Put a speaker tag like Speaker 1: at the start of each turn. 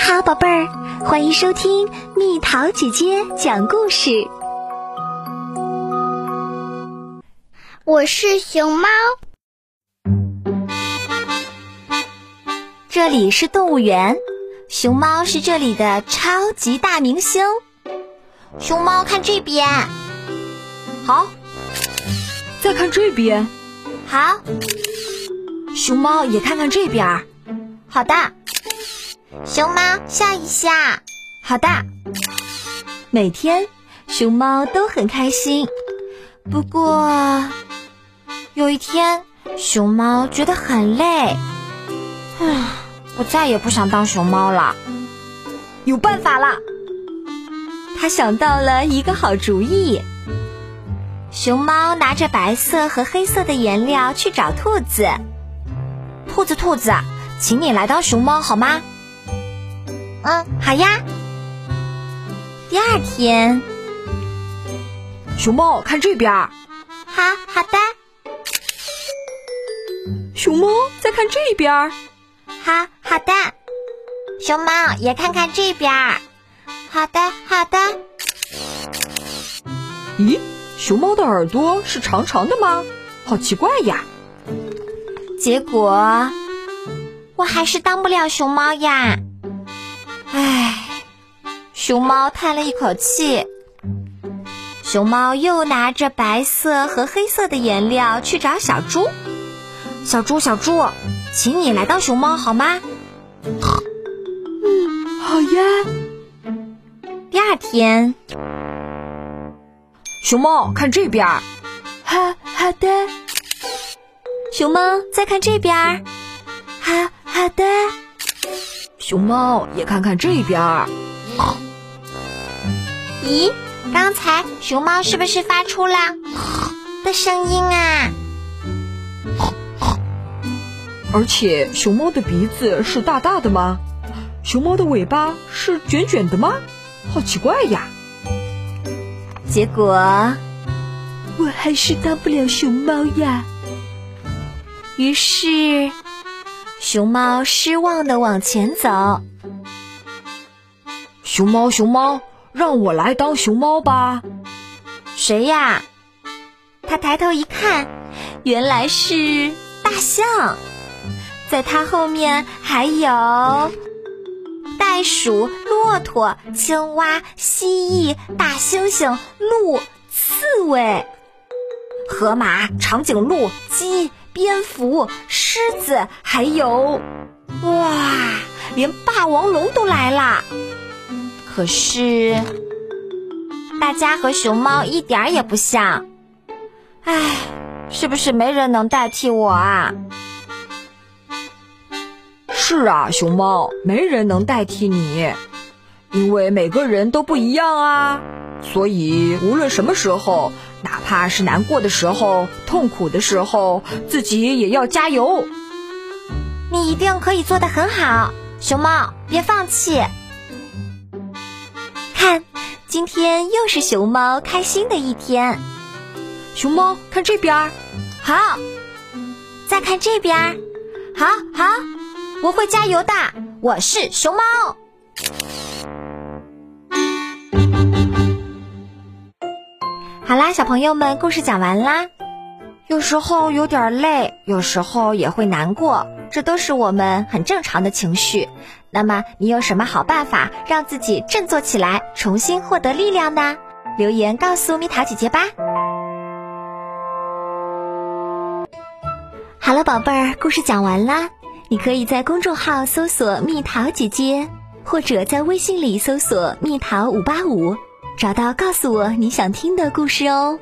Speaker 1: 好，宝贝儿，欢迎收听蜜桃姐姐讲故事。
Speaker 2: 我是熊猫，
Speaker 1: 这里是动物园，熊猫是这里的超级大明星。
Speaker 3: 熊猫看这边，
Speaker 4: 好，再看这边，
Speaker 3: 好，
Speaker 4: 熊猫也看看这边儿，
Speaker 3: 好的。熊猫笑一笑，
Speaker 4: 好的。
Speaker 1: 每天熊猫都很开心，
Speaker 3: 不过有一天，熊猫觉得很累，唉，我再也不想当熊猫了。
Speaker 4: 有办法了，
Speaker 1: 他想到了一个好主意。熊猫拿着白色和黑色的颜料去找兔子，
Speaker 3: 兔子，兔子，请你来当熊猫好吗？
Speaker 2: 嗯，
Speaker 3: 啊好呀。第二天，
Speaker 4: 熊猫看这边儿，
Speaker 3: 好好的。
Speaker 4: 熊猫再看这边儿，
Speaker 3: 好好的。
Speaker 2: 熊猫也看看这边儿，
Speaker 3: 好的好的。
Speaker 4: 咦，熊猫的耳朵是长长的吗？好奇怪呀！
Speaker 3: 结果，我还是当不了熊猫呀。唉，熊猫叹了一口气。熊猫又拿着白色和黑色的颜料去找小猪。小猪，小猪，请你来当熊猫好吗？
Speaker 4: 嗯，好呀。
Speaker 3: 第二天，
Speaker 4: 熊猫看这边，
Speaker 1: 好好的。
Speaker 3: 熊猫再看这边，
Speaker 1: 好好的。
Speaker 4: 熊猫也看看这边儿。
Speaker 3: 咦，刚才熊猫是不是发出了的声音啊？
Speaker 4: 而且熊猫的鼻子是大大的吗？熊猫的尾巴是卷卷的吗？好奇怪呀！
Speaker 3: 结果
Speaker 1: 我还是当不了熊猫呀。
Speaker 3: 于是。熊猫失望的往前走。
Speaker 4: 熊猫，熊猫，让我来当熊猫吧。
Speaker 3: 谁呀？他抬头一看，原来是大象，在它后面还有袋鼠、骆驼、青蛙、蜥蜴、大猩猩、鹿、刺猬、河马、长颈鹿、鸡。蝙蝠、狮子，还有，哇，连霸王龙都来啦！可是，大家和熊猫一点儿也不像。唉，是不是没人能代替我啊？
Speaker 4: 是啊，熊猫，没人能代替你，因为每个人都不一样啊。所以，无论什么时候，哪怕是难过的时候、痛苦的时候，自己也要加油。
Speaker 3: 你一定可以做得很好，熊猫，别放弃。
Speaker 1: 看，今天又是熊猫开心的一天。
Speaker 4: 熊猫，看这边，
Speaker 3: 好；再看这边，好好。我会加油的，我是熊猫。好啦，小朋友们，故事讲完啦。有时候有点累，有时候也会难过，这都是我们很正常的情绪。那么，你有什么好办法让自己振作起来，重新获得力量呢？留言告诉蜜桃姐姐吧。
Speaker 1: 好了，宝贝儿，故事讲完啦。你可以在公众号搜索“蜜桃姐姐”，或者在微信里搜索“蜜桃五八五”。找到，告诉我你想听的故事哦。